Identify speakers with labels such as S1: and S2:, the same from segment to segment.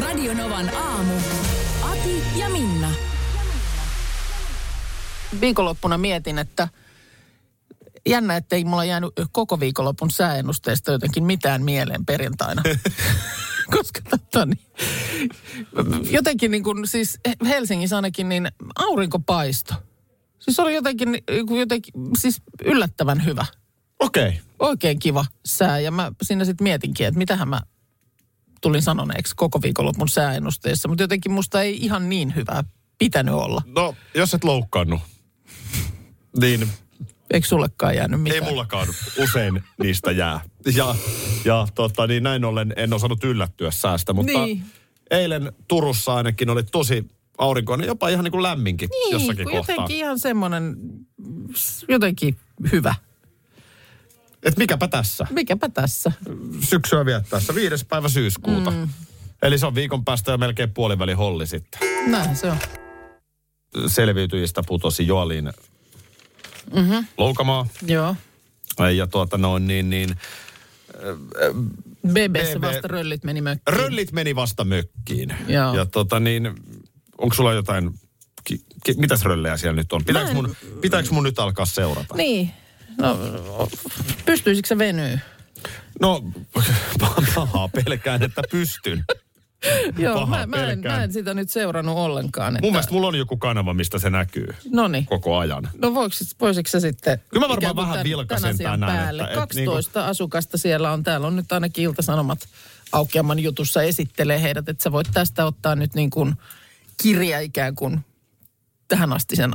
S1: Radionovan aamu. Ati ja Minna.
S2: viikonloppuna mietin, että jännä, että ei mulla jäänyt koko viikonlopun sääennusteesta jotenkin mitään mieleen perjantaina. Koska totta niin, jotenkin niin kuin, siis Helsingissä ainakin niin aurinko paisto. Siis oli jotenkin, niin kuin jotenkin siis yllättävän hyvä.
S3: Okei. Okay.
S2: Oikein kiva sää ja mä siinä sitten mietinkin, että mitähän mä tulin sanoneeksi koko viikonlopun sääennusteessa. Mutta jotenkin musta ei ihan niin hyvää pitänyt olla.
S3: No, jos et loukkaannut, niin
S2: Eikö sullekaan jäänyt
S3: Mitä?
S2: mitään?
S3: ei mullakaan usein niistä jää. Ja, ja tota, niin näin ollen en osannut yllättyä säästä, mutta
S2: Niin.
S3: niin. eilen Turussa ainakin oli tosi aurinkoinen, jopa ihan niin kuin lämminkin
S2: Niin,
S3: jossakin
S2: kun
S3: kohtaa.
S2: jotenkin ihan semmoinen, jotenkin hyvä.
S3: Et mikäpä tässä?
S2: Mikäpä tässä.
S3: Syksyä viettäessä, viides päivä syyskuuta. Mm. Eli se on viikon päästä jo melkein puoliväli holli sitten.
S2: Näin se on.
S3: Selviytyjistä putosi Joalin mm-hmm. Mhm. loukamaa.
S2: Joo.
S3: Ja tuota noin niin, niin
S2: BBssä
S3: BB.
S2: vasta röllit meni mökkiin.
S3: Röllit meni vasta mökkiin.
S2: Joo.
S3: Ja tota niin, onko sulla jotain, ki, ki, mitäs röllejä siellä nyt on? Pitääkö
S2: en-
S3: mun, pitääkö mun nyt alkaa seurata?
S2: Niin. No, pystyisikö se venyy?
S3: No, pahaa pelkään, että pystyn.
S2: Joo,
S3: Pahaa
S2: mä, mä, en,
S3: pelkään.
S2: mä en sitä nyt seurannut ollenkaan. Että...
S3: Mun mielestä mulla on joku kanava, mistä se näkyy
S2: Noniin.
S3: koko ajan.
S2: No voisis- voisitko se sitten...
S3: Kyllä mä varmaan
S2: ikään kuin
S3: vähän
S2: tän-
S3: vilkasen
S2: tän asian
S3: tänään,
S2: Päälle.
S3: että-
S2: Että,
S3: et niinku-
S2: 12 asukasta siellä on. Täällä on nyt ainakin iltasanomat aukeaman jutussa esittelee heidät, että sä voit tästä ottaa nyt niin kuin kirja ikään kuin tähän, astisen,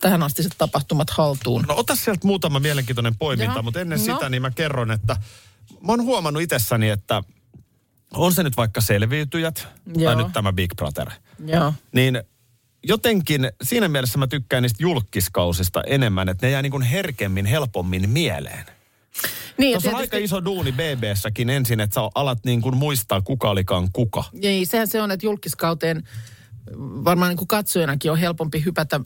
S2: tähän astiset tapahtumat haltuun.
S3: No ota sieltä muutama mielenkiintoinen poiminta,
S2: Jaha.
S3: mutta ennen
S2: No.
S3: sitä niin mä kerron, että mä oon huomannut itsessäni, että on se nyt vaikka selviytyjät
S2: Joo.
S3: tai nyt tämä Big Brother.
S2: Joo.
S3: niin jotenkin siinä mielessä mä tykkään niistä julkiskausista enemmän, että ne jää niin kuin herkemmin, helpommin mieleen.
S2: Niin, ja
S3: Tuossa on aika
S2: tietysti-
S3: iso duuni BBssäkin ensin, että sä alat niin kuin muistaa kuka olikaan kuka.
S2: Niin, sehän se on, että julkiskauteen varmaan niin kuin katsojanakin on helpompi hypätä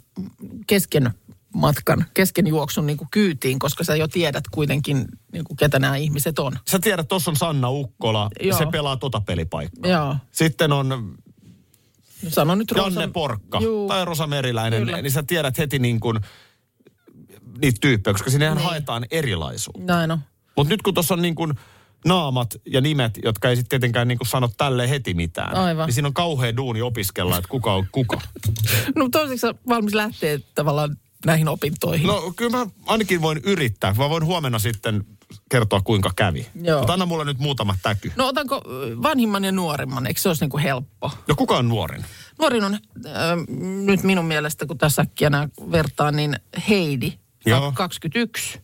S2: kesken matkan, kesken juoksun niin kuin kyytiin, koska sä jo tiedät kuitenkin, niin kuin ketä nämä ihmiset on.
S3: Sä tiedät, tuossa on Sanna Ukkola,
S2: Joo.
S3: Joo. se pelaa tota pelipaikkaa.
S2: Joo.
S3: Sitten on
S2: No Sano nyt
S3: Janne Porkka
S2: Juu.
S3: tai Rosa Meriläinen,
S2: Kyllä.
S3: niin sä tiedät heti niin kuin niitä tyyppejä, koska sinnehän niin. haetaan erilaisuutta.
S2: Näin on.
S3: Mutta nyt kun tuossa on niin kuin naamat ja nimet, jotka ei sitten tietenkään niin kuin sano tälle heti mitään.
S2: Aivan.
S3: Niin siinä on kauhea duuni opiskella, että kuka on kuka.
S2: No toiseksi sä valmis lähteä tavallaan näihin opintoihin.
S3: No kyllä mä ainakin voin yrittää. Mä voin huomenna sitten kertoa, kuinka kävi.
S2: Joo.
S3: Mutta anna mulle nyt muutama täky.
S2: no otanko ö, vanhimman ja nuorimman, eikö se olisi niin kuin helppo?
S3: Ja kuka on nuorin?
S2: Nuorin on äh, nyt minun mielestä, kun tässä äkkiä nää vertaan, niin Heidi,
S3: Joo.
S2: 21.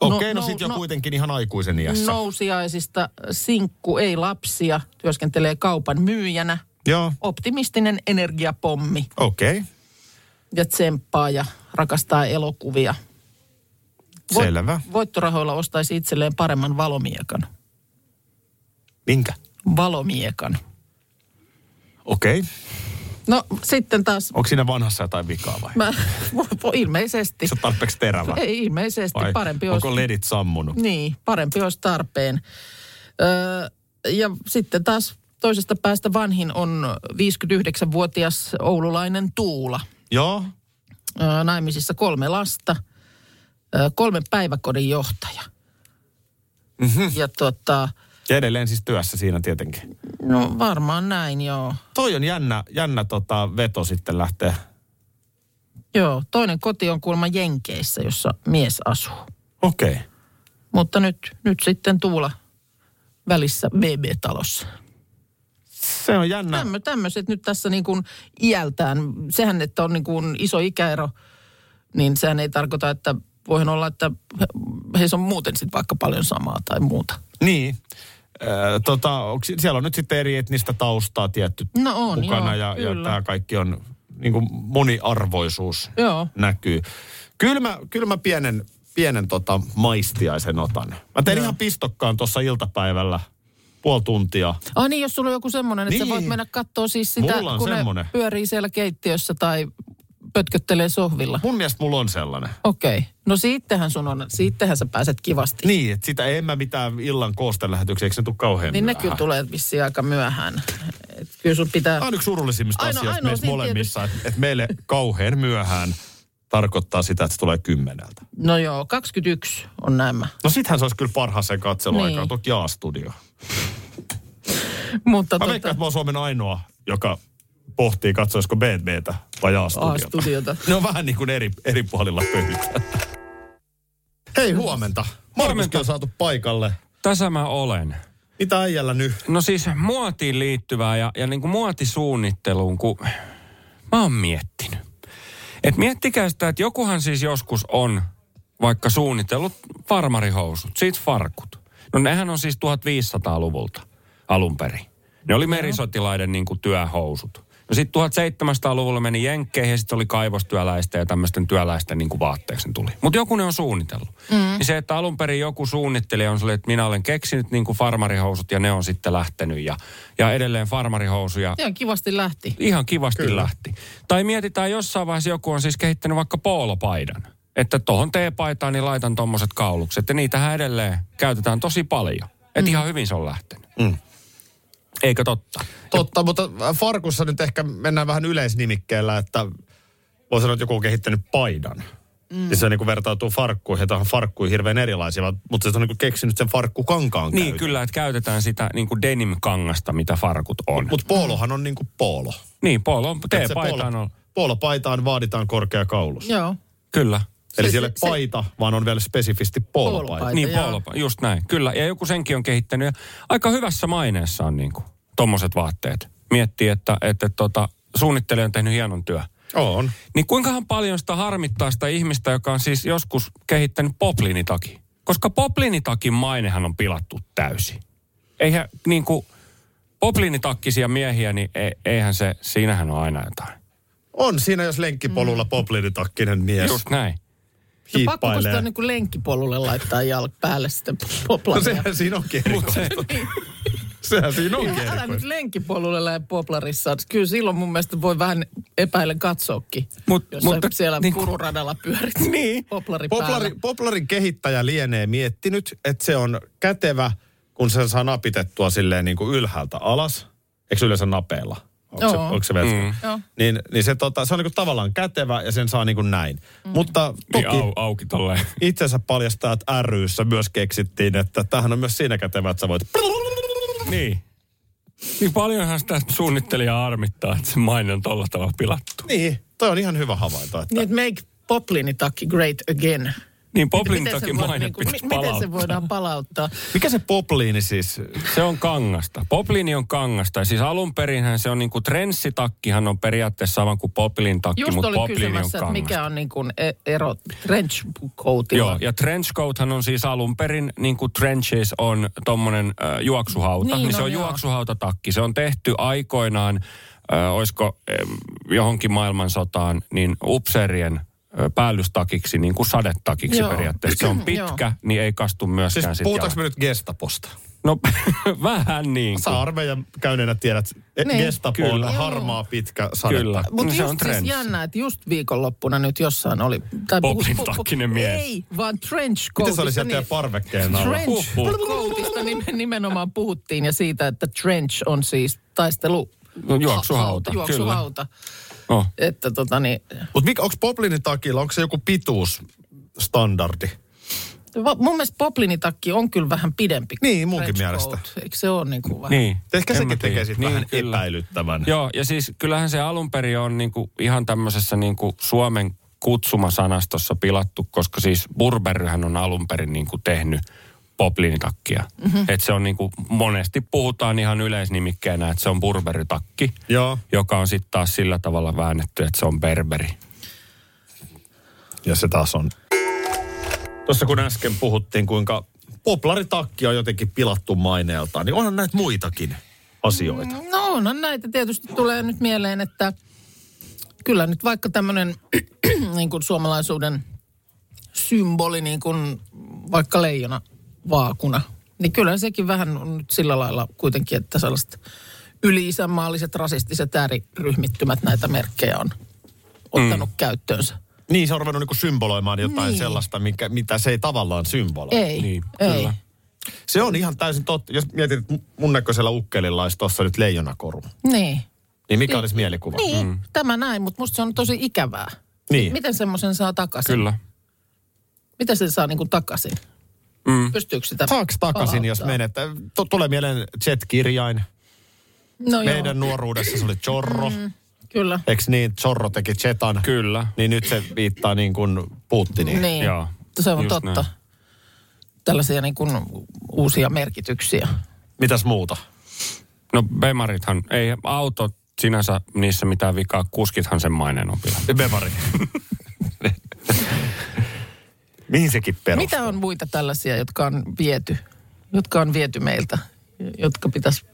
S3: Okei, okay, no,
S2: no,
S3: no sit jo
S2: no.
S3: kuitenkin ihan aikuisen iässä.
S2: Nousiaisista sinkku, ei lapsia, työskentelee kaupan myyjänä.
S3: Joo,
S2: Optimistinen energiapommi
S3: okei. Okay.
S2: ja tsemppaa ja rakastaa elokuvia. Voit-
S3: Selvä.
S2: Voittorahoilla ostaisi itselleen paremman valomiekan.
S3: Minkä?
S2: Valomiekan.
S3: Okei. Okay.
S2: No sitten taas,
S3: Onko siinä vanhassa jotain vikaa vai?
S2: mä, ilmeisesti,
S3: Se on tarpeeksi terävä.
S2: No. ei ilmeisesti,
S3: vai
S2: parempi olisi
S3: Onko ledit sammunut?
S2: Niin, parempi olisi tarpeen. Öö, ja sitten taas toisesta päästä vanhin on 59-vuotias oululainen Tuula.
S3: Joo.
S2: Öö, naimisissa kolme lasta, öö, kolme päiväkodin johtaja.
S3: Mhm.
S2: Mm-hmm. Ja tota,
S3: Ja edelleen siis työssä siinä tietenkin.
S2: no varmaan näin joo.
S3: Toi on jännä, jännä tota veto sitten lähteä.
S2: Joo, toinen koti on kuulemma Jenkeissä, jossa mies asuu.
S3: Okei. Okay.
S2: Mutta nyt, nyt sitten Tuula välissä BB-talossa.
S3: Se on jännä.
S2: Tämmö, tämmöiset nyt tässä niin kuin iältään, sehän että on niin kuin iso ikäero, niin sehän ei tarkoita, että voihan olla, että he- heissä on muuten sitten vaikka paljon samaa tai muuta.
S3: Niin. Öö, tota, onks, siellä on nyt sitten eri etnistä taustaa tietty
S2: No on,
S3: mukana
S2: joo,
S3: ja, ja
S2: kyllä.
S3: tämä kaikki on niin kuin moniarvoisuus
S2: Joo.
S3: näkyy. Kyllä mä, kyllä mä pienen, pienen tota maistiaisen otan. Mä tein ihan pistokkaan tuossa iltapäivällä puoli tuntia.
S2: Ai niin, jos sulla on joku semmoinen, että sä voit
S3: Niin.
S2: mennä katsoa siis sitä,
S3: Mulla on
S2: kun
S3: semmonen.
S2: ne pyörii siellä keittiössä tai pötköttelee sohvilla.
S3: Mun mielestä mulla on sellainen.
S2: Okei. Okay. No siittähän sun on, siittähän sä pääset kivasti.
S3: Niin, että sitä en mä mitään illan koosten lähetyksiä, eikö ne tule kauhean
S2: Niin ne
S3: myöhään?
S2: kyllä tulee vissiin aika myöhään. Et kyllä sun pitää...
S3: Tämä on yksi surullisimmista
S2: Ainoa-
S3: asioista
S2: ainoa
S3: meissä
S2: siinä
S3: molemmissa, että et meille kauhean myöhään tarkoittaa sitä, että se tulee kymmeneltä.
S2: No joo, 21 on nämä.
S3: No sittenhän se olisi kyllä parhaaseen katseluaikaan,
S2: Niin.
S3: niin. toki A-studio.
S2: Mutta tota,
S3: Mä veikkaan, että mä oon Suomen ainoa, joka pohtii, katsoisiko BBtä vai
S2: ah,
S3: A-studiota.
S2: A-studiota.
S3: ne on vähän niin kuin eri, eri puolilla pöytää. Hei, huomenta. Markuskin on saatu paikalle.
S4: Tässä mä olen.
S3: Mitä äijällä nyt?
S4: No siis muotiin liittyvää ja, ja niin kuin muotisuunnitteluun, kun mä oon miettinyt. Et miettikää sitä, että jokuhan siis joskus on vaikka suunnitellut farmarihousut, siis farkut. No nehän on siis 1500-luvulta alun perin. Ne oli merisotilaiden niin kuin työhousut. No sitten 1700-luvulla meni jenkkeihin ja sitten oli kaivostyöläistä ja tämmöisten työläisten niin kuin vaatteeksi ne tuli. Mutta joku ne on suunnitellut. Mm. Niin se, että alun perin joku suunnittelija on sellainen, että minä olen keksinyt niin kuin farmarihousut ja ne on sitten lähtenyt ja, ja edelleen farmarihousuja
S2: Ihan kivasti lähti.
S4: ihan kivasti
S3: Kyllä.
S4: Kyllä. lähti. Tai mietitään jossain vaiheessa joku on siis kehittänyt vaikka poolopaidan. Että tohon T-paitaan niin laitan tommoset kaulukset. Ja niitähän edelleen käytetään tosi paljon. Että ihan hyvin se on lähtenyt.
S3: Mm.
S4: Eikö totta?
S3: Totta, mutta äh, Farkussa nyt ehkä mennään vähän yleisnimikkeellä, että voi sanoa, että joku on kehittänyt paidan. Mm. Ja se niin vertautuu farkkuihin, että on farkkuihin hirveän erilaisia, vaan- mutta se on niin keksinyt sen farkkukankaan
S4: Niin kyllä, että käytetään sitä niin kuin denim-kangasta, mitä farkut on. Mut,
S3: Mutta poolohan on niin kuin poolo.
S4: niin, poolo on,
S3: Et se
S4: T-paitaan on.
S3: Poolopaitaan vaaditaan korkea kaulus.
S2: Joo.
S4: Kyllä.
S3: Eli
S2: Se-
S3: siellä ei
S2: se-
S3: ole paita, vaan on vielä spesifisti poolopaita.
S2: Poolopaita.
S4: Niin,
S2: jaa.
S4: poolopa, just näin. Kyllä, ja joku senkin on kehittänyt. Ja aika hyvässä maineessa on niin kuin tommoset vaatteet. Miettii, että, että tota, suunnittelija on tehnyt hienon työn.
S3: On.
S4: Niin kuinkahan paljon sitä harmittaa sitä ihmistä, joka on siis joskus kehittänyt poplinitaki? Koska poplinitakin mainehan on pilattu täysin. Eihän niin kuin poplinitakisia miehiä, niin e- eihän se, siinähän on aina jotain.
S3: On siinä, jos lenkkipolulla mm. poplinitakinen mies
S4: Just näin.
S2: No pakko
S3: hiippailee.
S2: sitä niin kuin lenkkipolulle laittaa jalk päälle sitten
S3: No
S2: poplaria.
S3: sehän siinä on erikoista. sehän siinä on
S2: Älä, älä nyt
S3: erikoista.
S2: lenkkipolulle lähde poplarissa. Kyllä silloin mun mielestä voi vähän epäilen katsoakin,
S4: Mut-
S2: jos mutta,
S4: mutta-
S2: siellä niin,
S4: niin-
S2: pururadalla pyörit niin, poplari,
S3: Poplari,
S2: päällä.
S3: poplarin kehittäjä lienee miettinyt, että se on kätevä, kun sen saa napitettua silleen niin kuin ylhäältä alas. Eikö se yleensä napeilla? Onko se,
S2: Joo.
S3: onko se vielä? Mm.
S2: Joo.
S3: Niin, niin se, tota, se on niin kuin tavallaan kätevä ja sen saa niin kuin näin. Mm. Mutta toki...
S4: Niin au, auki tolleen.
S3: itsensä paljastajat ryssä myös keksittiin, että tämähän on myös siinä kätevä, että sä voit...
S4: niin. Niin paljonhan sitä suunnittelijaa harmittaa, että se maine on tolla tavalla pilattu.
S3: Niin, toi on ihan hyvä havainto. Että...
S2: Niin, että make poplinitakki great again.
S4: Niin
S2: Miten se
S4: poplinitakin
S2: voi,
S4: maine
S2: niin kuin,
S4: pitäisi
S2: miten se
S4: palauttaa.
S2: voidaan palauttaa?
S3: Mikä se popliini siis?
S4: Se on kangasta. Poplini on kangasta. Ja siis alun perinhän se on niinku trenssitakkihan on periaatteessa sama kuin poplin takki,
S2: Just
S4: mutta
S2: oli
S4: poplini on
S2: kysymässä, että
S4: kangasta.
S2: mikä on niin kuin e- ero trench coatilla.
S4: Joo, ja trenchcoathan on siis alun perin, niin kuin trenches on tommonen äh, juoksuhauta,
S2: Niin
S4: niin, niin se
S2: on,
S4: on
S2: joo.
S4: juoksuhautatakki. Se on tehty aikoinaan, äh, olisiko äh, johonkin maailmansotaan, niin upseerien äh, päällystakiksi, niin kuin sadetakiksi
S2: Joo.
S4: joo. periaatteessa. Se on
S2: Joo.
S4: pitkä, niin ei kastu
S3: Siis
S4: myöskään sitten.
S3: puhutaanko me nyt gestaposta?
S4: No vähän niin
S3: Sä
S4: kuin.
S3: armeijan käyneenä tiedät, että
S2: Niin.
S3: Gestapo
S4: Kyllä.
S3: on harmaa pitkä sade.
S4: Kyllä.
S2: Mutta
S4: No
S2: just
S4: se on
S2: siis
S4: trends.
S2: jännä, että just viikonloppuna nyt jossain oli... Tai
S4: Poplin
S2: puhu- puhu-
S4: takkinen mies.
S2: Ei, vaan trench
S3: Miten se
S2: coatista, niin-
S3: oli sieltä teidän parvekkeen alla?
S2: Trench
S4: Huhhuh.
S2: coatista nimen- nimenomaan puhuttiin ja siitä, että trench on siis taistelu...
S4: No, juoksuhauta,
S2: Ha- Juoksuhauta.
S4: Oh.
S2: Että tota niin,
S3: Mutta onko popliinin takilla, onko se joku pituusstandardi?
S2: va- mun mielestä poplinitakki on kyllä vähän pidempi. kuin
S3: Niin, munkin
S2: trench
S3: mielestä.
S2: coat. Eikö se ole niin kuin vähän?
S4: Niin.
S3: Ehkä
S4: En mä
S3: sekin
S4: tiedä.
S3: tekee siitä
S4: Niin,
S3: vähän
S4: kyllä.
S3: epäilyttävän.
S4: Joo, ja siis kyllähän se alun perin on niinku ihan tämmöisessä niinku Suomen kutsumasanastossa pilattu, koska siis Burberryhän on alun perin niinku tehnyt poplinitakkia.
S2: Mhm.
S4: Mm-hmm. Et se on niinku, monesti puhutaan ihan yleisnimikkeenä, että se on Burberry-takki,
S3: Joo.
S4: joka on sitten taas sillä tavalla väännetty, että se on Berberi.
S3: Ja se taas on. Tuossa kun äsken puhuttiin, kuinka poplaritakki on jotenkin pilattu maineeltaan, niin onhan näitä muitakin asioita.
S2: No onhan näitä. Tietysti tulee nyt mieleen, että kyllä nyt vaikka tämmöinen niin kuin suomalaisuuden symboli, niin kuin vaikka leijona vaakuna, niin kyllä sekin vähän on nyt sillä lailla kuitenkin, että sellaiset yliisänmaalliset rasistiset ääriryhmittymät näitä merkkejä on ottanut mm. käyttöönsä.
S3: Niin, se on ruvennut niinku symboloimaan jotain niin. sellaista, mikä, mitä se ei tavallaan symboloi.
S2: Ei,
S4: Niin,
S2: niin, ei.
S4: kyllä.
S2: Kyllä.
S3: Se on ihan täysin totta. Jos mietit, että mun näköisellä ukkelilla olisi tuossa nyt leijonakoru,
S2: Niin,
S3: niin mikä olisi mielikuva?
S2: niin mm. tämä näin, mutta musta se on tosi ikävää.
S3: Niin.
S2: Miten semmoisen saa takaisin?
S4: Kyllä.
S2: Miten sen saa niin kuin takaisin?
S4: Mm.
S2: Pystyykö sitä
S3: Saaks takaisin, jos
S2: palauttaa?
S3: menet? T- tulee mieleen Jet-kirjain.
S2: No joo,
S3: Meidän nuoruudessa se oli Chorro. Mm.
S2: kyllä.
S3: Eks niin? Chorro teki Chetan.
S4: Kyllä.
S3: Niin nyt se viittaa niin kuin Putiniin.
S2: Niin,
S4: Joo,
S2: se on
S4: just
S2: totta.
S4: näin.
S2: Tällaisia niin kuin uusia merkityksiä.
S3: Mitäs muuta?
S4: No Bemarithan, ei auto sinänsä niissä mitään vikaa, kuskithan sen maineen on pilannut.
S3: Bemari. Mihin sekin perustuu?
S2: Mitä on muita tällaisia, jotka on viety, jotka on viety meiltä, jotka pitäisi,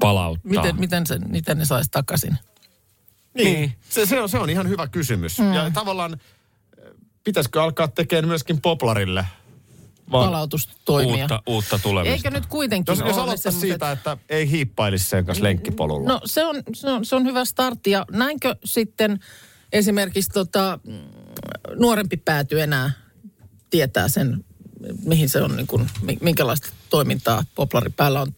S4: Palauttaa.
S2: miten, miten, sen, miten ne saisi takaisin?
S3: Niin. Se, se, on, se on ihan hyvä kysymys. Mm. Ja tavallaan eh, pitäisikö alkaa tekemään myöskin poplarille? Vaan
S2: Palautustoimia.
S4: Uutta, uutta tulemista.
S2: Eikö nyt kuitenkin
S3: jos, jos
S2: ole
S3: aloittaisi
S2: No, semmoset-
S3: siitä, että ei hiippailisi sen kanssa lenkkipolulla.
S2: No se on, se on, se on hyvä startti ja näinkö sitten esimerkiksi tota, mm, nuorempi pääty enää tietää sen, mihin se on, niin kuin, mi- minkälaista toimintaa poplari päällä on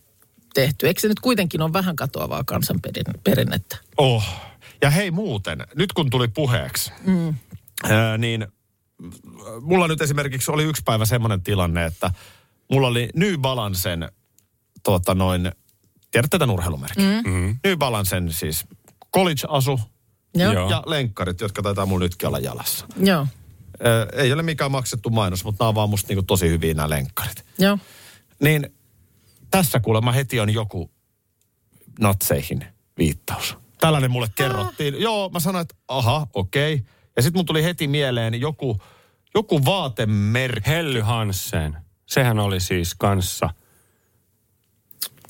S2: tehty. Eikö se nyt kuitenkin ole vähän katoavaa kansanperinnettä?
S3: Oh. Ja hei muuten, nyt kun tuli puheeksi, mm. ää, niin mm, mulla nyt esimerkiksi oli yksi päivä semmoinen tilanne, että mulla oli New Balancen, tuota noin, tiedätte tämän urheilumerkin? Mm. New Balancen siis college-asu
S2: Joo.
S4: Joo.
S3: ja lenkkarit, jotka taitaa mun nytkin olla jalassa.
S2: Joo,
S3: Ää, ei ole mikään maksettu mainos, mutta nämä on vaan musta niinku tosi hyviä nämä lenkkarit.
S2: joo.
S3: Niin tässä kuulemma heti on joku natseihin viittaus. Tällainen mulle kerrottiin. Joo, mä sanoin, että aha, okei. Okay. Ja sitten mun tuli heti mieleen joku, joku vaatemerkki.
S4: Helly Hansen, sehän oli siis kanssa.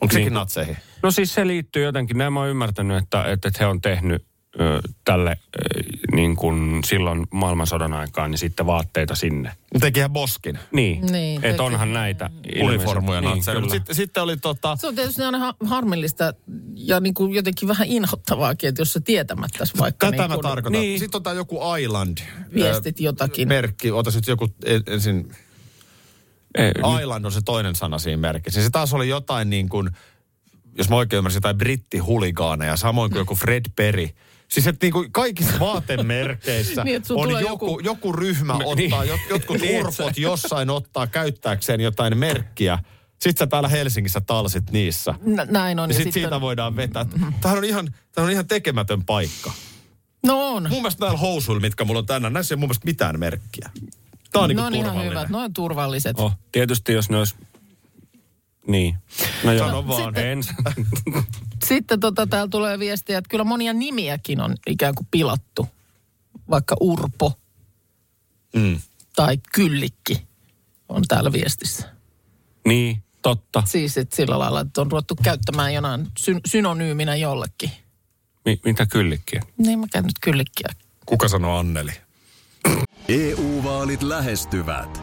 S3: Onko sekin
S4: Niin.
S3: natseihin?
S4: No siis se liittyy jotenkin, näin mä oon ymmärtänyt, että, että he on tehnyt ö, tälle ö, niin kuin silloin maailmansodan aikaan, niin sitten vaatteita sinne.
S3: Tekihän Boskin
S4: Niin,
S2: Niin,
S4: että
S2: toki.
S4: onhan näitä.
S3: uniformuja
S4: ilmeisesti.
S3: natseja. Niin,
S4: kyllä.
S3: sitten, sitten oli tota...
S2: Se on tietysti aina ha- harmillista ja niin kuin jotenkin vähän inhottavaakin, että jos sä tietämättäs vaikka
S3: Tätä mä
S2: niin kuin
S3: tarkoitan.
S4: niin.
S3: Sitten on tämä joku Island.
S2: viestit jotakin.
S3: Merkki, ota nyt joku en- ensin...
S4: Ei,
S3: Island on se toinen sana siinä merkissä. Se taas oli jotain niin kuin, jos mä oikein ymmärsin, jotain brittihuligaaneja, samoin kuin joku Fred Perry. Siis että niin kuin kaikissa vaatemerkeissä
S2: Niin, että sun
S3: on
S2: tulee
S3: joku,
S2: joku-
S3: joku, ryhmä ottaa,
S4: niin.
S3: niin. jotkut
S4: Niin, et
S3: urpot jossain ottaa käyttääkseen jotain merkkiä. Sitten sä täällä Helsingissä talsit niissä.
S2: Nä- Näin on.
S3: Ja
S2: Ja
S3: sitten
S2: sitten-
S3: siitä voidaan vetää. Tämähän on ihan, tämähän on ihan tekemätön paikka.
S2: No on.
S3: Mun mielestä näillä housuilla, mitkä mulla on tänään, näissä ei ole mun mielestä mitään merkkiä. Tää on niin
S2: ne
S3: kuin
S2: on No ihan hyvät,
S3: turvallinen.
S2: ne on turvalliset.
S4: Oh, tietysti jos ne olisi... Niin. No joo.
S3: Sano vaan. Sitten-
S4: En.
S2: Sitten tota, täällä tulee viestiä, että kyllä monia nimiäkin on ikään kuin pilattu. Vaikka Urpo
S3: Mm.
S2: tai Kyllikki on täällä viestissä.
S4: Niin, totta.
S2: Siis että sillä lailla, että on ruvettu käyttämään jonain syn- synonyyminä jollekin.
S4: Mi- mitä kyllikkiä?
S2: Niin mä käyn nyt Kyllikkiä. Siis
S3: Kuka sanoo Anneli?
S5: EU-vaalit E lähestyvät.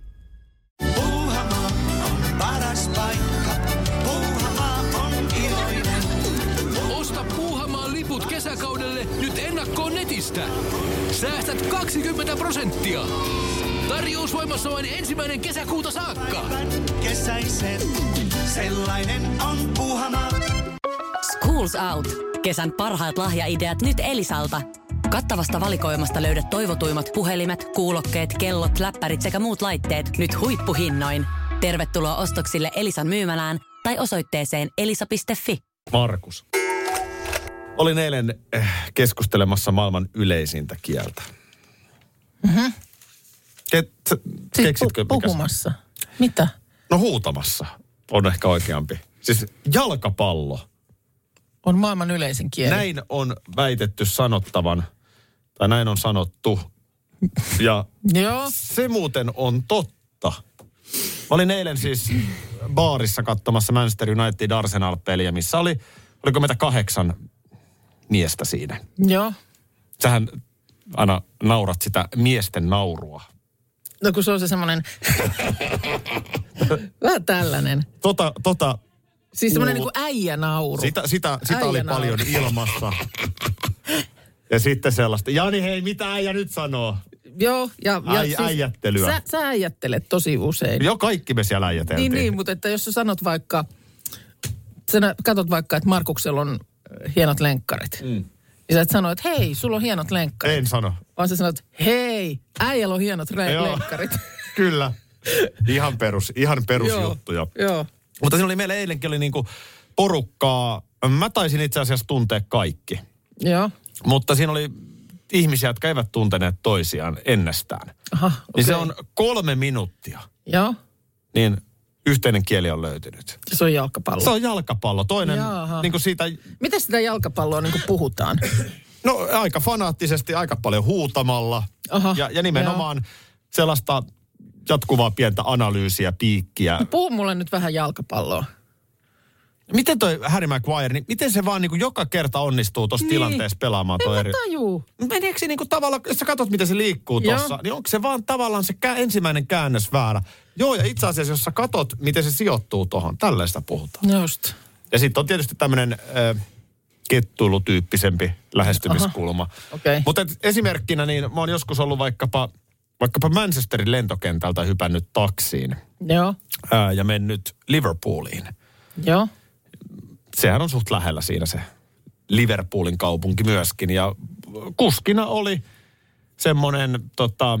S6: Puuhamaa on paras paikka. Puuhamaa on iloinen.
S7: Osta Puuhamaan liput kesäkaudelle nyt ennakkoon netistä. Säästät 20 prosenttia. Tarjous voimassa vain ensimmäinen kesäkuuta saakka.
S6: Kesäisen. Sellainen on Puuhamaa.
S8: Schools Out. Kesän parhaat lahjaideat nyt Elisalta. Kattavasta valikoimasta löydät toivotuimmat puhelimet, kuulokkeet, kellot, läppärit sekä muut laitteet nyt huippuhinnoin. Tervetuloa ostoksille Elisan myymälään tai osoitteeseen elisa.fi.
S3: Markus. Olin eilen eh, keskustelemassa maailman yleisintä kieltä. Mm-hmm. Ket, sä-
S2: Mhm. Siis
S3: keksitkö
S2: pu-
S3: mikä se-
S2: puhumassa. Mitä?
S3: No huutamassa on ehkä oikeampi. Siis jalkapallo.
S2: On maailman yleisin kieli.
S3: Näin on väitetty sanottavan, tai näin on sanottu. Ja
S2: Joo.
S3: se muuten on totta. Mä olin eilen siis baarissa katsomassa Manchester United Arsenal-peliä, missä oli, oliko meitä kahdeksan miestä siinä.
S2: Joo.
S3: Sähän aina naurat sitä miesten naurua.
S2: No kun se on se semmoinen... Vähän tällainen.
S3: Tota, tota,
S2: Siis semmoinen niin
S3: Kuuluu.
S2: kuin äijänauru.
S3: sitä, sitä, sitä
S2: Äijä
S3: oli
S2: nauraa.
S3: paljon ilmassa. Ja sitten sellaista, Jani hei, mitä äijä nyt sanoo?
S2: Joo. Ja, ja siis
S3: Äi- äijättelyä.
S2: Sä, sä äijättelet tosi usein.
S3: Jo kaikki me siellä äijäteltiin.
S2: Niin, niin, mutta että jos sä sanot vaikka, sä nä- katot vaikka, että Markuksella on äh, hienot lenkkarit. Mm. Ja sä et sano, että hei, sulla on hienot lenkkarit.
S3: En sano.
S2: Vaan sä sanot, hei, äijällä on hienot re-
S3: Joo.
S2: lenkkarit.
S3: Kyllä. Ihan perus, ihan perusjuttuja.
S2: Joo.
S3: Mutta siinä oli meillä eilenkin oli niinku porukkaa. Mä taisin itse asiassa tuntea kaikki.
S2: Joo.
S3: Mutta siinä oli ihmisiä, jotka eivät tunteneet toisiaan ennestään. Okay.
S2: Aha,
S3: Niin se
S2: okei.
S3: on kolme minuuttia,
S2: Joo.
S3: niin yhteinen kieli on löytynyt.
S2: Ja Se on jalkapallo.
S3: Se on jalkapallo. Toinen
S2: Jaaha.
S3: niin kuin siitä,
S2: Miten sitä jalkapalloa niin kuin puhutaan?
S3: no aika fanaattisesti, aika paljon huutamalla.
S2: Aha,
S3: Ja, ja nimenomaan sellaista jatkuvaa pientä analyysiä, piikkiä.
S2: Puhu mulle nyt vähän jalkapalloa.
S3: Miten toi Harry Maguire, niin miten se vaan niin kuin joka kerta onnistuu tuossa niin. tilanteessa pelaamaan toi
S2: En
S3: eri...
S2: mä tajuu.
S3: Meneekö se niinku tavallaan, jos sä katsot, miten se liikkuu
S2: Joo.
S3: tuossa, niin onko se vaan tavallaan se kä- ensimmäinen käännös väärä? Joo, ja itse asiassa, jos sä katot, miten se sijoittuu tuohon, tällaista puhutaan.
S2: Just.
S3: Ja sitten on tietysti tämmöinen äh, kettuilutyyppisempi lähestymiskulma.
S2: okei.
S3: Mutta et esimerkkinä, niin mä oon joskus ollut vaikkapa, vaikkapa Manchesterin lentokentältä hypännyt taksiin
S2: Joo.
S3: ää, ja mennyt Liverpooliin.
S2: Joo.
S3: sehän on suht lähellä siinä se Liverpoolin kaupunki myöskin. Ja kuskina oli semmoinen tota,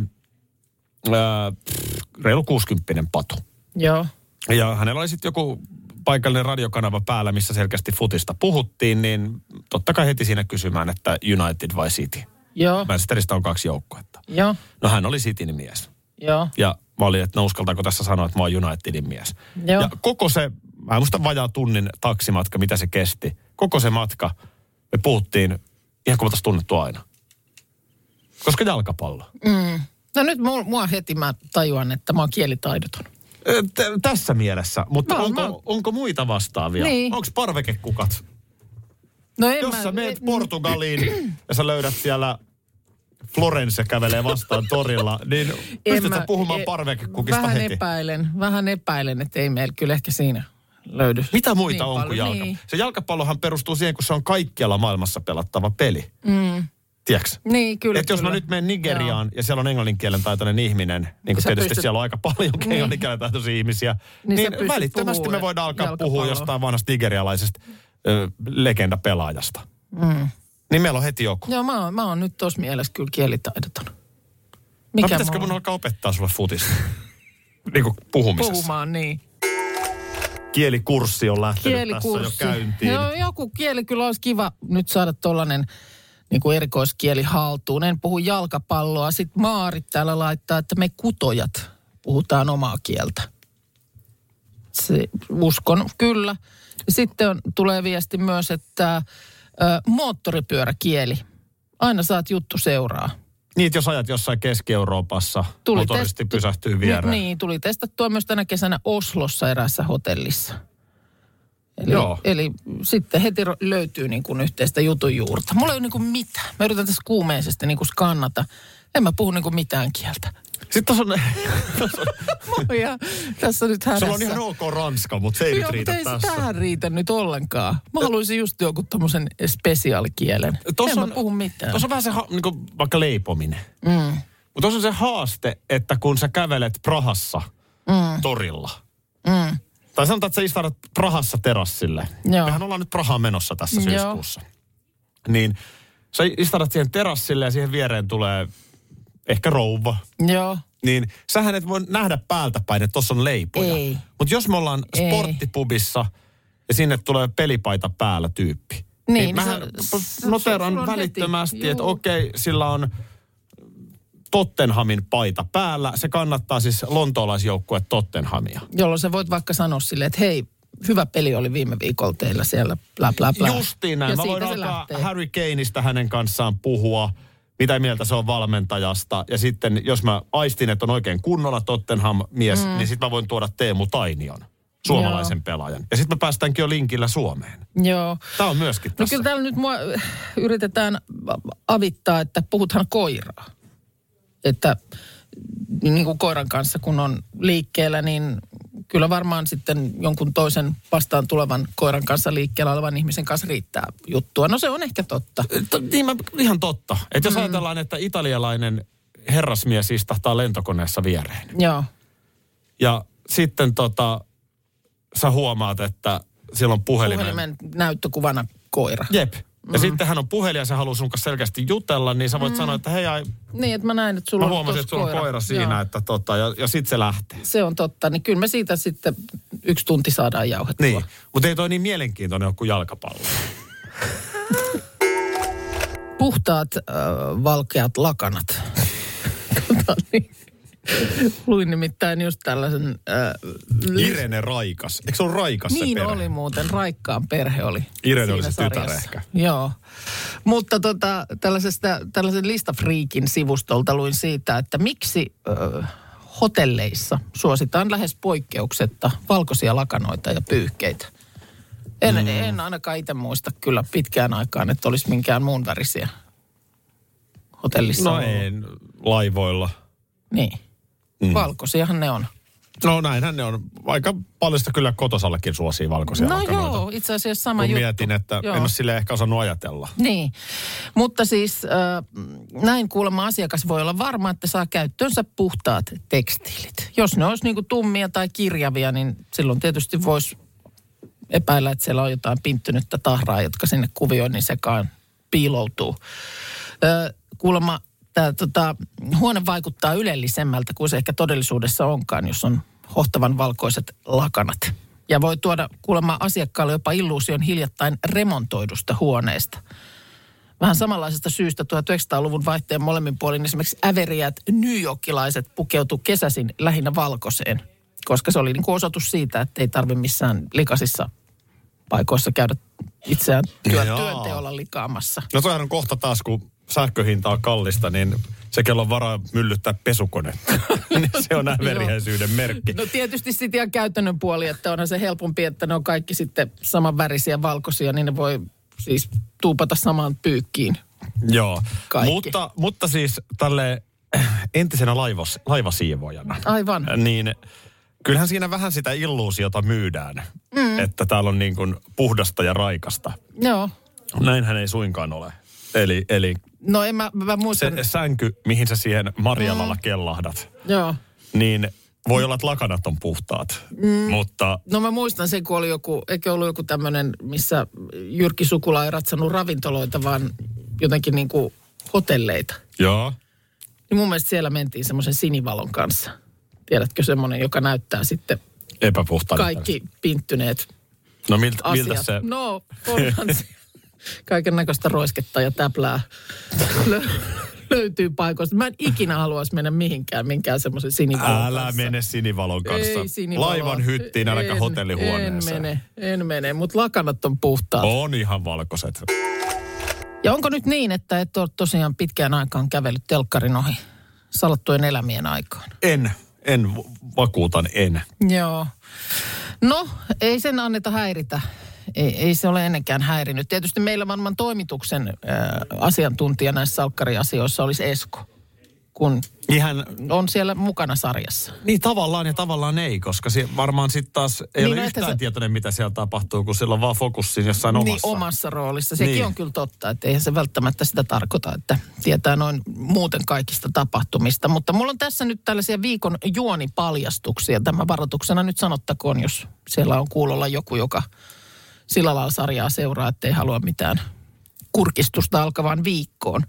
S3: ää, pff, reilu 60 patu.
S2: Joo.
S3: Ja hänellä oli sitten joku paikallinen radiokanava päällä, missä selkeästi futista puhuttiin, niin totta kai heti siinä kysymään, että United vai City.
S2: Joo.
S3: Manchesterista on kaksi joukkuetta.
S2: Joo.
S3: No hän oli Cityn mies.
S2: Joo.
S3: Ja mä olin, että no uskaltaako tässä sanoa, että mä oon Unitedin mies.
S2: Joo.
S3: Ja koko se, mä muistan vajaa tunnin taksimatka, mitä se kesti. Koko se matka, me puhuttiin ihan kuin me oltaisiin tunnettu aina. Koska jalkapallo.
S2: No nyt mua, mua heti mä tajuan, että mä oon kielitaidoton.
S3: Ö, t- tässä mielessä, mutta
S2: Mä oon-
S3: onko,
S2: mä oon-
S3: onko muita vastaavia?
S2: Niin.
S3: Onko parvekekukat?
S2: No en
S3: Jos
S2: mä,
S3: sä meet
S2: en-
S3: Portugaliin ja sä löydät siellä Florence kävelee vastaan torilla, niin
S2: en
S3: pystyt sä
S2: mä-
S3: puhumaan
S2: e-
S3: parvekekukista
S2: vähän niin
S3: heti?
S2: Epäilen, vähän epäilen, että ei meillä kyllä ehkä siinä löydy.
S3: Mitä muita
S2: niin
S3: niin on kuin
S2: paljon,
S3: jalkapallo? Niin.
S2: Niin.
S3: Se jalkapallohan perustuu siihen, kun se on kaikkialla maailmassa pelattava peli. Mm. Tiedätkö?
S2: Niin, kyllä.
S3: Että jos mä
S2: kyllä.
S3: nyt menen Nigeriaan Joo. ja siellä on englanninkielen taitoinen ihminen, niin kuin
S2: Sä
S3: tietysti pystyt...
S2: pystyt-
S3: siellä on aika paljon niin. englanninkielen taitoisia ihmisiä,
S2: Niin sä
S3: niin, niin
S2: pystyt
S3: välittömästi
S2: puhua
S3: me voidaan alkaa puhua
S2: jalkapalloa.
S3: jostain vanhasta nigerialaisesta ö, legendapelaajasta. Mm. Niin meillä on heti joku.
S2: Joo, mä oon, mä oon nyt tuossa mielessä kyllä kielitaidoton.
S3: No
S2: Mikä
S3: pitäisikö
S2: mä
S3: mun
S2: oon?
S3: alkaa opettaa sulle futista? niin kuin puhumisessa. Puhuma.
S2: puhumaan niin?
S3: Kielikurssi on lähtenyt
S2: Kielikurssi.
S3: tässä jo käyntiin.
S2: Joo, joku kieli kyllä olisi kiva nyt saada tollainen niin kuin erikoiskieli haltuun. En puhu jalkapalloa. Sitten Maarit täällä laittaa, että me kutojat puhutaan omaa kieltä. Se, uskon, kyllä. Sitten on, tulee viesti myös, että ö, moottoripyöräkieli. Aina saat juttu seuraa.
S3: Niin, että jos ajat jossain Keski-Euroopassa, Tuli motoristi
S2: test-
S3: pysähtyy viereen.
S2: Ni- Niin, tuli testattua myös tänä kesänä Oslossa eräässä hotellissa. Eli,
S3: Joo.
S2: eli sitten heti ro- löytyy niin kuin yhteistä jutun juurta. Mulla ei ole niin kuin mitään. Mä yritän tässä kuumeisesti niin kuin skannata. En mä puhu niin kuin mitään kieltä.
S3: Sitten tuossa on,
S2: Moi, ja tässä nyt hädässä.
S3: sulla on ihan ok ranska, mutta se ei
S2: Joo,
S3: nyt riitä
S2: mutta ei se
S3: tässä.
S2: tähän riitä nyt ollenkaan. Mä haluaisin just joku tommosen spesiaalikielen.
S3: Tossa
S2: en mä puhu mitään.
S3: Tuossa on vähän se ha, niin kuin vaikka leipominen. Mm. Mutta tuossa on se haaste, että kun sä kävelet Prahassa mm. torilla. Mm. Tai sanotaan, että sä istuudat Prahassa terassille.
S2: Joo.
S3: Mehän ollaan nyt Prahaan menossa tässä
S2: Joo.
S3: syyskuussa. Niin sä istuudat siihen terassille ja siihen viereen tulee ehkä rouva
S2: Joo,
S3: niin sähän et voi nähdä päältä päin, että tuossa on leipoja.
S2: Ei.
S3: Mutta jos me ollaan
S2: Ei.
S3: sporttipubissa ja sinne tulee pelipaita päällä tyyppi, niin, niin
S2: niin
S3: mähän
S2: se- se-
S3: noteran
S2: sulla on
S3: välittömästi,
S2: heti,
S3: että
S2: juu.
S3: okei, sillä on Tottenhamin paita päällä. Se kannattaa siis lontoolaisjoukkue Tottenhamia.
S2: Jolloin sä voit vaikka sanoa silleen, että hei, hyvä peli oli viime viikolla teillä siellä, bla bla bla.
S3: Justiin näin.
S2: Ja
S3: Mä
S2: siitä
S3: voin
S2: se
S3: alkaa
S2: lähtee.
S3: Harry Kaneista hänen kanssaan puhua, mitä mieltä se on valmentajasta. Ja sitten, jos mä aistin, että on oikein kunnolla Tottenham-mies, mm. niin sitten mä voin tuoda Teemu Tainion, suomalaisen Joo. pelaajan. Ja sitten me päästäänkin jo linkillä Suomeen.
S2: Joo.
S3: Tämä on myöskin
S2: No
S3: tässä.
S2: kyllä täällä nyt mua yritetään avittaa, että puhuthan koiraa. Että niin kuin koiran kanssa, kun on liikkeellä, niin kyllä varmaan sitten jonkun toisen vastaan tulevan koiran kanssa liikkeellä olevan ihmisen kanssa riittää juttua. No se on ehkä totta.
S3: T- niin mä, ihan totta. Että jos mm. ajatellaan, että italialainen herrasmies istahtaa lentokoneessa viereen.
S2: Joo.
S3: Ja sitten tota, sä huomaat, että siellä on puhelimen...
S2: Puhelimen näyttökuvana koira.
S3: Jep. Ja
S2: Mm-hmm.
S3: mm. sitten hän on puhelija, se haluaa sun kanssa selkeästi jutella, niin sä voit mm. sanoa, että hei, ai,
S2: Niin, että mä näin, että Mm-hmm. sulla
S3: mä
S2: on
S3: huomasin,
S2: tossa
S3: että sulla on koira siinä,
S2: Joo.
S3: että tota, ja, ja sit se lähtee.
S2: Se on totta, niin kyllä me siitä sitten yksi tunti saadaan jauhettua.
S3: Niin, mutta ei toi niin mielenkiintoinen ole kuin jalkapallo.
S2: puhtaat äh, valkeat lakanat. Tota, niin. Luin nimittäin just tällaisen... Äh, li-
S3: Irene Raikas. Eikö se ole Raikas se
S2: niin
S3: perhe?
S2: oli muuten, Raikkaan perhe oli.
S3: Irene oli
S2: siinä
S3: se tytär
S2: sarjassa.
S3: ehkä.
S2: Joo. Mutta tota, tällaisesta, tällaisen listafriikin sivustolta luin siitä, että miksi äh, hotelleissa suositaan lähes poikkeuksetta valkoisia lakanoita ja pyyhkeitä. En, mm. en ainakaan itse muista kyllä pitkään aikaan, että olisi minkään muun värisiä hotellissa.
S3: No
S2: ollut.
S3: ei, laivoilla.
S2: Niin. Mm. Valkoisiahan ne on.
S3: No näinhän ne on. Aika paljon sitä kyllä kotosallekin suosii valkoisia
S2: no
S3: lakanoita.
S2: joo, itse asiassa sama
S3: Kun
S2: juttu.
S3: mietin, että joo.
S2: Joo.
S3: en ole sille ehkä osannut ajatella.
S2: Niin, mutta siis äh, näin kuulemma asiakas voi olla varma, että saa käyttöönsä puhtaat tekstiilit. Jos ne olisi niinku tummia tai kirjavia, niin silloin tietysti voisi epäillä, että siellä on jotain pinttynyttä tahraa, jotka sinne kuvioinnin sekaan piiloutuu. Ö, kuulemma tämä tota, huone vaikuttaa ylellisemmältä kuin se ehkä todellisuudessa onkaan, jos on hohtavan valkoiset lakanat. Ja voi tuoda kuulemma asiakkaalle jopa illuusion hiljattain remontoidusta huoneesta. Vähän samanlaisesta syystä 1900-luvun vaihteen molemmin puolin esimerkiksi äveriät newyorkilaiset pukeutu kesäsin lähinnä valkoiseen, koska se oli niin kuin osoitus siitä, että ei tarvi missään likaisissa paikoissa käydä itseään työ,
S3: Joo.
S2: työnteolla likaamassa.
S3: No toihan on kohta taas, kun sähköhinta on kallista, niin se kello on varaa myllyttää pesukone. se on äveriäisyyden merkki.
S2: No tietysti sitten ihan käytännön puoli, että onhan se helpompi, että ne on kaikki sitten samanvärisiä valkoisia, niin ne voi siis tuupata samaan pyykkiin.
S3: Joo,
S2: Kaikki.
S3: mutta, mutta siis tälle entisenä laivas, laivasiivoojana,
S2: Aivan.
S3: niin kyllähän siinä vähän sitä illuusiota myydään, mm. että täällä on niin kuin puhdasta ja raikasta.
S2: Joo.
S3: Näinhän ei suinkaan ole. Eli, eli
S2: No en mä, mä
S3: se
S2: muistan. Mm.
S3: sänky, mihin sä siihen Marjalalla kellahdat,
S2: Joo.
S3: niin voi olla, että lakanat on puhtaat, mm. mutta
S2: No mä muistan sen, kun oli joku, eikö ollut joku tämmöinen, missä Jyrki Sukula ei ratsannut ravintoloita, vaan jotenkin niin kuin hotelleita.
S3: Joo.
S2: Niin mun mielestä siellä mentiin semmoisen sinivalon kanssa. Tiedätkö semmoinen, joka näyttää sitten
S3: Epäpuhtaana.
S2: kaikki pinttyneet
S3: No miltä,
S2: asiat.
S3: miltä se... No.
S2: No, onhan se. Kaiken näköistä roisketta ja täplää lö- löytyy paikoista. Mä en ikinä haluaisi mennä mihinkään, minkään semmoisen sinivalon
S3: Älä
S2: kanssa.
S3: mene sinivalon kanssa.
S2: Ei sinivaloa.
S3: Laivan hyttiin, äläkä
S2: En-
S3: hotellihuoneeseen.
S2: En mene, en mene, mutta lakanat on puhtaat. Oh.
S3: On ihan valkoiset.
S2: Ja onko nyt niin, että et ole tosiaan pitkään aikaan kävellyt telkkarin ohi salattujen elämien aikaan?
S3: En, en, vakuutan en.
S2: Joo. No, ei sen anneta häiritä. Ei, ei se ole ennenkään häirinyt. Tietysti meillä varmaan toimituksen äh, asiantuntija näissä salkkariasioissa olisi Esko, kun
S3: Ihan,
S2: on siellä mukana sarjassa.
S3: niin tavallaan ja tavallaan ei, koska se varmaan sitten taas ei
S2: Niin,
S3: niin ole
S2: no, että
S3: no, yhtään
S2: se-
S3: se... tietoinen, mitä siellä tapahtuu, kun sillä on vaan fokussin jossain omassa.
S2: Niin omassa roolissa. Sekin
S3: Niin.
S2: on kyllä totta, että eihän se välttämättä sitä tarkoita, että tietää noin muuten kaikista tapahtumista. Mutta mulla on tässä nyt tällaisia viikon juonipaljastuksia. Tämä varoituksena nyt sanottakoon, jos siellä on kuulolla joku, joka sillä lailla sarjaa seuraa, ettei halua mitään kurkistusta alkavaan viikkoon.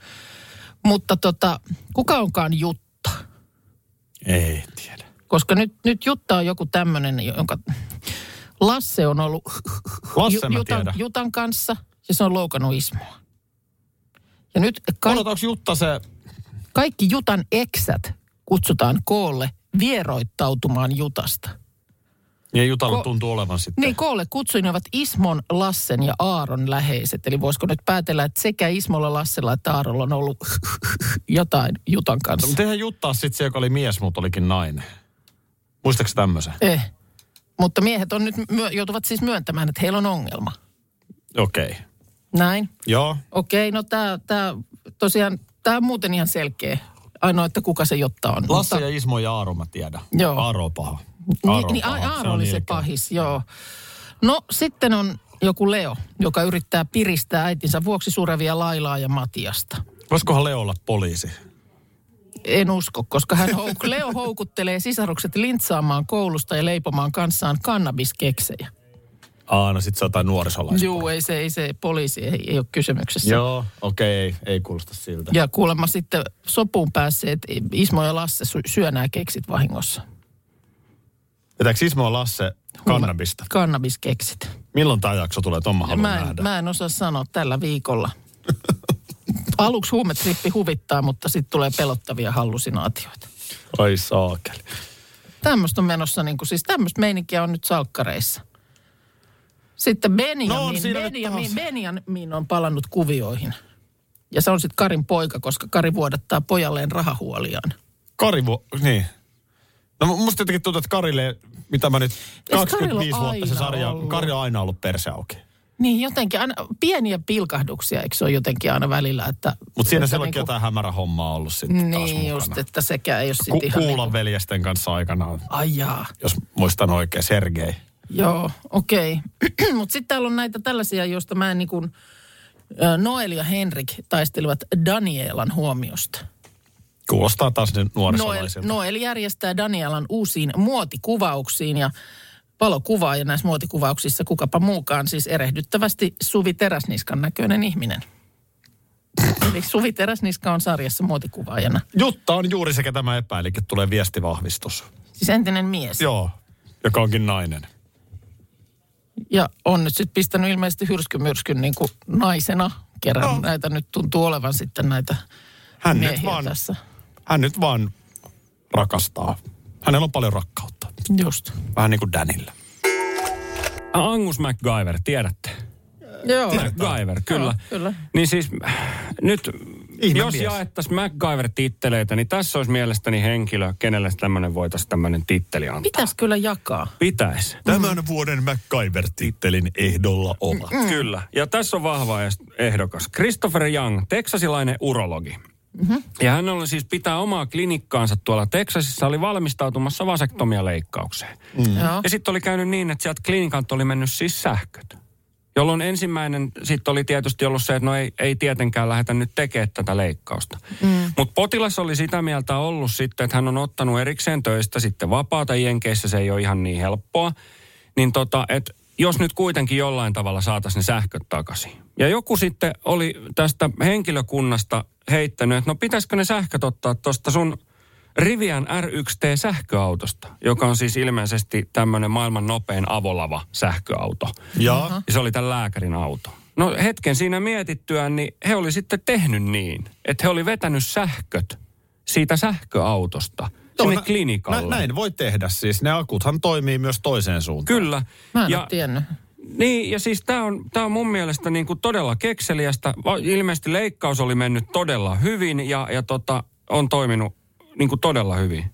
S2: Mutta tota, kuka onkaan Jutta?
S4: Ei tiedä.
S2: Koska nyt, nyt Jutta on joku tämmöinen, jonka Lasse on ollut
S3: Lasse mä
S2: Jutan,
S3: tiedän.
S2: Jutan kanssa ja se on loukannut Ismoa. Ja nyt ka-
S3: Odotaanko Jutta se...
S2: kaikki Jutan eksät kutsutaan koolle vieroittautumaan Jutasta.
S3: Ja Jutalla
S2: Ko-
S3: tuntuu olevan sitten.
S2: Niin, koolle kutsuin ovat Ismon, Lassen ja Aaron läheiset. Eli voisiko nyt päätellä, että sekä Ismolla, Lassella että Aarolla on ollut jotain Jutan kanssa.
S3: Mutta eihän Juttaa sitten se, joka oli mies, mutta olikin nainen. Muistaaks tämmöisen?
S2: Eh. Mutta miehet on nyt myö- joutuvat siis myöntämään, että heillä on ongelma.
S3: Okei. Okay.
S2: Näin.
S3: Joo.
S2: Okei, no tämä tää, tosiaan, tämä on muuten ihan selkeä. Ainoa, että kuka se Jotta on.
S3: Lasse ja Ismo ja Aaro mä tiedän.
S2: Joo.
S3: Aaro paha.
S2: Mutta, niin, niin,
S3: paha.
S2: A-
S3: Se
S2: Aaro
S3: on
S2: oli se
S3: ilkeä.
S2: pahis, joo. No sitten on joku Leo, joka yrittää piristää äitinsä vuoksi surevia Lailaa ja Matiasta.
S3: Voisikohan Leo olla poliisi?
S2: En usko, koska hän houk- Leo houkuttelee sisarukset lintsaamaan koulusta ja leipomaan kanssaan kannabiskeksejä.
S3: Aa, no sit se on jotain nuorisolaista.
S2: Juu, ei se, ei se poliisi ei, ei ole kysymyksessä.
S3: Joo, okei, okay, ei kuulosta siltä.
S2: Ja kuulemma sitten sopuun päässeet Ismo ja Lasse sy- syö nämä keksit vahingossa.
S3: Vetääks Ismo ja Lasse kannabista?
S2: Kannabiskeksit.
S3: Milloin tämä jakso tulee? Tuon mä haluan
S2: Mä en,
S3: nähdä.
S2: mä en osaa sanoa tällä viikolla. Aluksi huumetrippi huvittaa, mutta sitten tulee pelottavia hallusinaatioita.
S3: Ai saakeli.
S2: Tämmöistä on menossa, niin kuin, siis tämmöistä meininkiä on nyt salkkareissa. Sitten
S3: No
S2: Benjamin,
S3: on siinä
S2: no
S3: nyt
S2: Benjamin,
S3: taas.
S2: Benjamin on palannut kuvioihin. Ja se on sitten Karin poika, koska Kari vuodattaa pojalleen rahahuoliaan.
S3: Kari, vu- niin. No mu- musta jotenkin tuntuu, että Karille, mitä mä nyt,
S2: Karilla
S3: 25
S2: aina
S3: vuotta se sarja,
S2: ollut?
S3: Kari on aina ollut perse auki.
S2: Niin jotenkin aina, pieniä pilkahduksia, eikö se ole jotenkin ain välillä, että...
S3: Mutta siinä
S2: että
S3: selvästi
S2: niinku-
S3: jotain hämärä hommaa ollut sitten taas
S2: Niin
S3: mukana.
S2: just, että sekään ei ole sitten
S3: Ku-
S2: ihan... niinku-
S3: kuulan veljesten kanssa aikanaan,
S2: Ai jaa.
S3: jos muistan oikein, Sergei.
S2: Joo, okei. Okay. Mutta sitten täällä on näitä tällaisia, joista mä en niin kuin, Noel ja Henrik taistelivat Danielan huomiosta.
S3: Kuulostaa taas ne
S2: Noel,
S3: nuorisolaisilta.
S2: Noel järjestää Danielan uusiin muotikuvauksiin ja valokuvaa ja näissä muotikuvauksissa kukapa muukaan siis erehdyttävästi Suvi Teräsniskan näköinen ihminen. Eli Suvi Teräsniska on sarjassa muotikuvaajana.
S3: Jutta on juuri se, ketä mä epäilin, että tulee viestivahvistus.
S2: Siis entinen mies.
S3: Joo, joka onkin nainen.
S2: Ja on nyt sitten pistänyt ilmeisesti hyrskymyrskyn niin kuin naisena kerran. No. Näitä nyt tuntuu olevan sitten näitä
S3: Hän nyt,
S2: miehiä
S3: vaan,
S2: tässä.
S3: hän nyt vaan rakastaa. Hänellä on paljon rakkautta.
S2: Just.
S3: Vähän niin kuin Danilla.
S4: Ah, Angus MacGyver, tiedätte?
S2: Joo.
S4: MacGyver, kyllä.
S2: Joo, kyllä.
S4: Niin siis nyt,
S3: Ihme
S4: jos
S3: mies.
S4: jaettaisiin MacGyver-titteleitä, niin tässä olisi mielestäni henkilö, kenelle tämmöinen voitaisiin tämmöinen titteli antaa.
S2: Pitäisi kyllä jakaa.
S4: Pitäisi.
S3: Tämän vuoden MacGyver-tittelin ehdolla ovat.
S4: Mm. Kyllä. Ja tässä on vahva es- ehdokas. Christopher Young, teksasilainen urologi. Mm-hmm. Ja hän oli siis pitää omaa klinikkaansa tuolla Teksasissa, oli valmistautumassa vasektomia-leikkaukseen.
S2: Mm. Joo.
S4: Ja sitten oli käynyt niin, että sieltä klinikalta oli mennyt siis sähköt. Jolloin ensimmäinen sitten oli tietysti ollut se, että no ei, ei tietenkään lähdetä nyt tekemään tätä leikkausta. Mm. Mutta potilas oli sitä mieltä ollut sitten, että hän on ottanut erikseen töistä sitten vapaata. Jenkeissä se ei ole ihan niin helppoa. Niin tota, että jos nyt kuitenkin jollain tavalla saataisiin ne sähköt takaisin. Ja joku sitten oli tästä henkilökunnasta heittänyt, että no pitäisikö ne sähköt ottaa tuosta sun Rivian R1T sähköautosta, joka on siis ilmeisesti tämmöinen maailman nopein avolava sähköauto.
S3: Ja
S4: Ja se oli tämän lääkärin auto. No hetken siinä mietittyään, niin he oli sitten tehnyt niin, että he oli vetänyt sähköt siitä sähköautosta sinne klinikalle.
S3: Nä, näin voi tehdä siis. Ne akuthan toimii myös toiseen suuntaan.
S4: Kyllä.
S2: Mä en ja,
S4: ja,
S2: ole tiennyt.
S4: Niin, ja siis tämä on, tää on mun mielestä niin kuin todella kekseliästä. Va- Ilmeisesti leikkaus oli mennyt todella hyvin ja, ja tota, on toiminut niin kuin todella hyvin.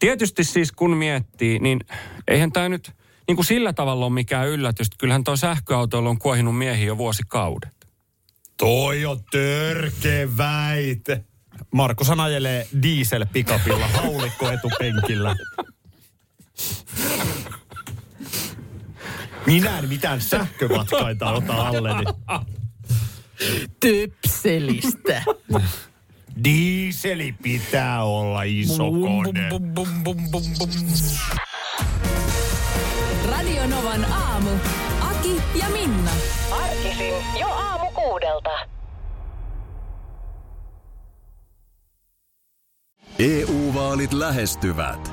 S4: Tietysti siis kun miettii, niin eihän tämä nyt niin kuin sillä tavalla ole mikään yllätys. Kyllähän tuo sähköautoilu on kuohinut miehiä jo vuosikaudet.
S3: Toi on törkeä väite. Markushan ajelee diesel-pikapilla haulikko etupenkillä. Minä en mitään sähkövatkaita ota niin- alleni.
S2: Typselistä.
S3: Diiseli pitää olla iso kone.
S1: Radio Novan aamu. Aki ja Minna.
S9: Arkisin jo aamu kuudelta.
S5: EU-vaalit Kuntavaalit E lähestyvät.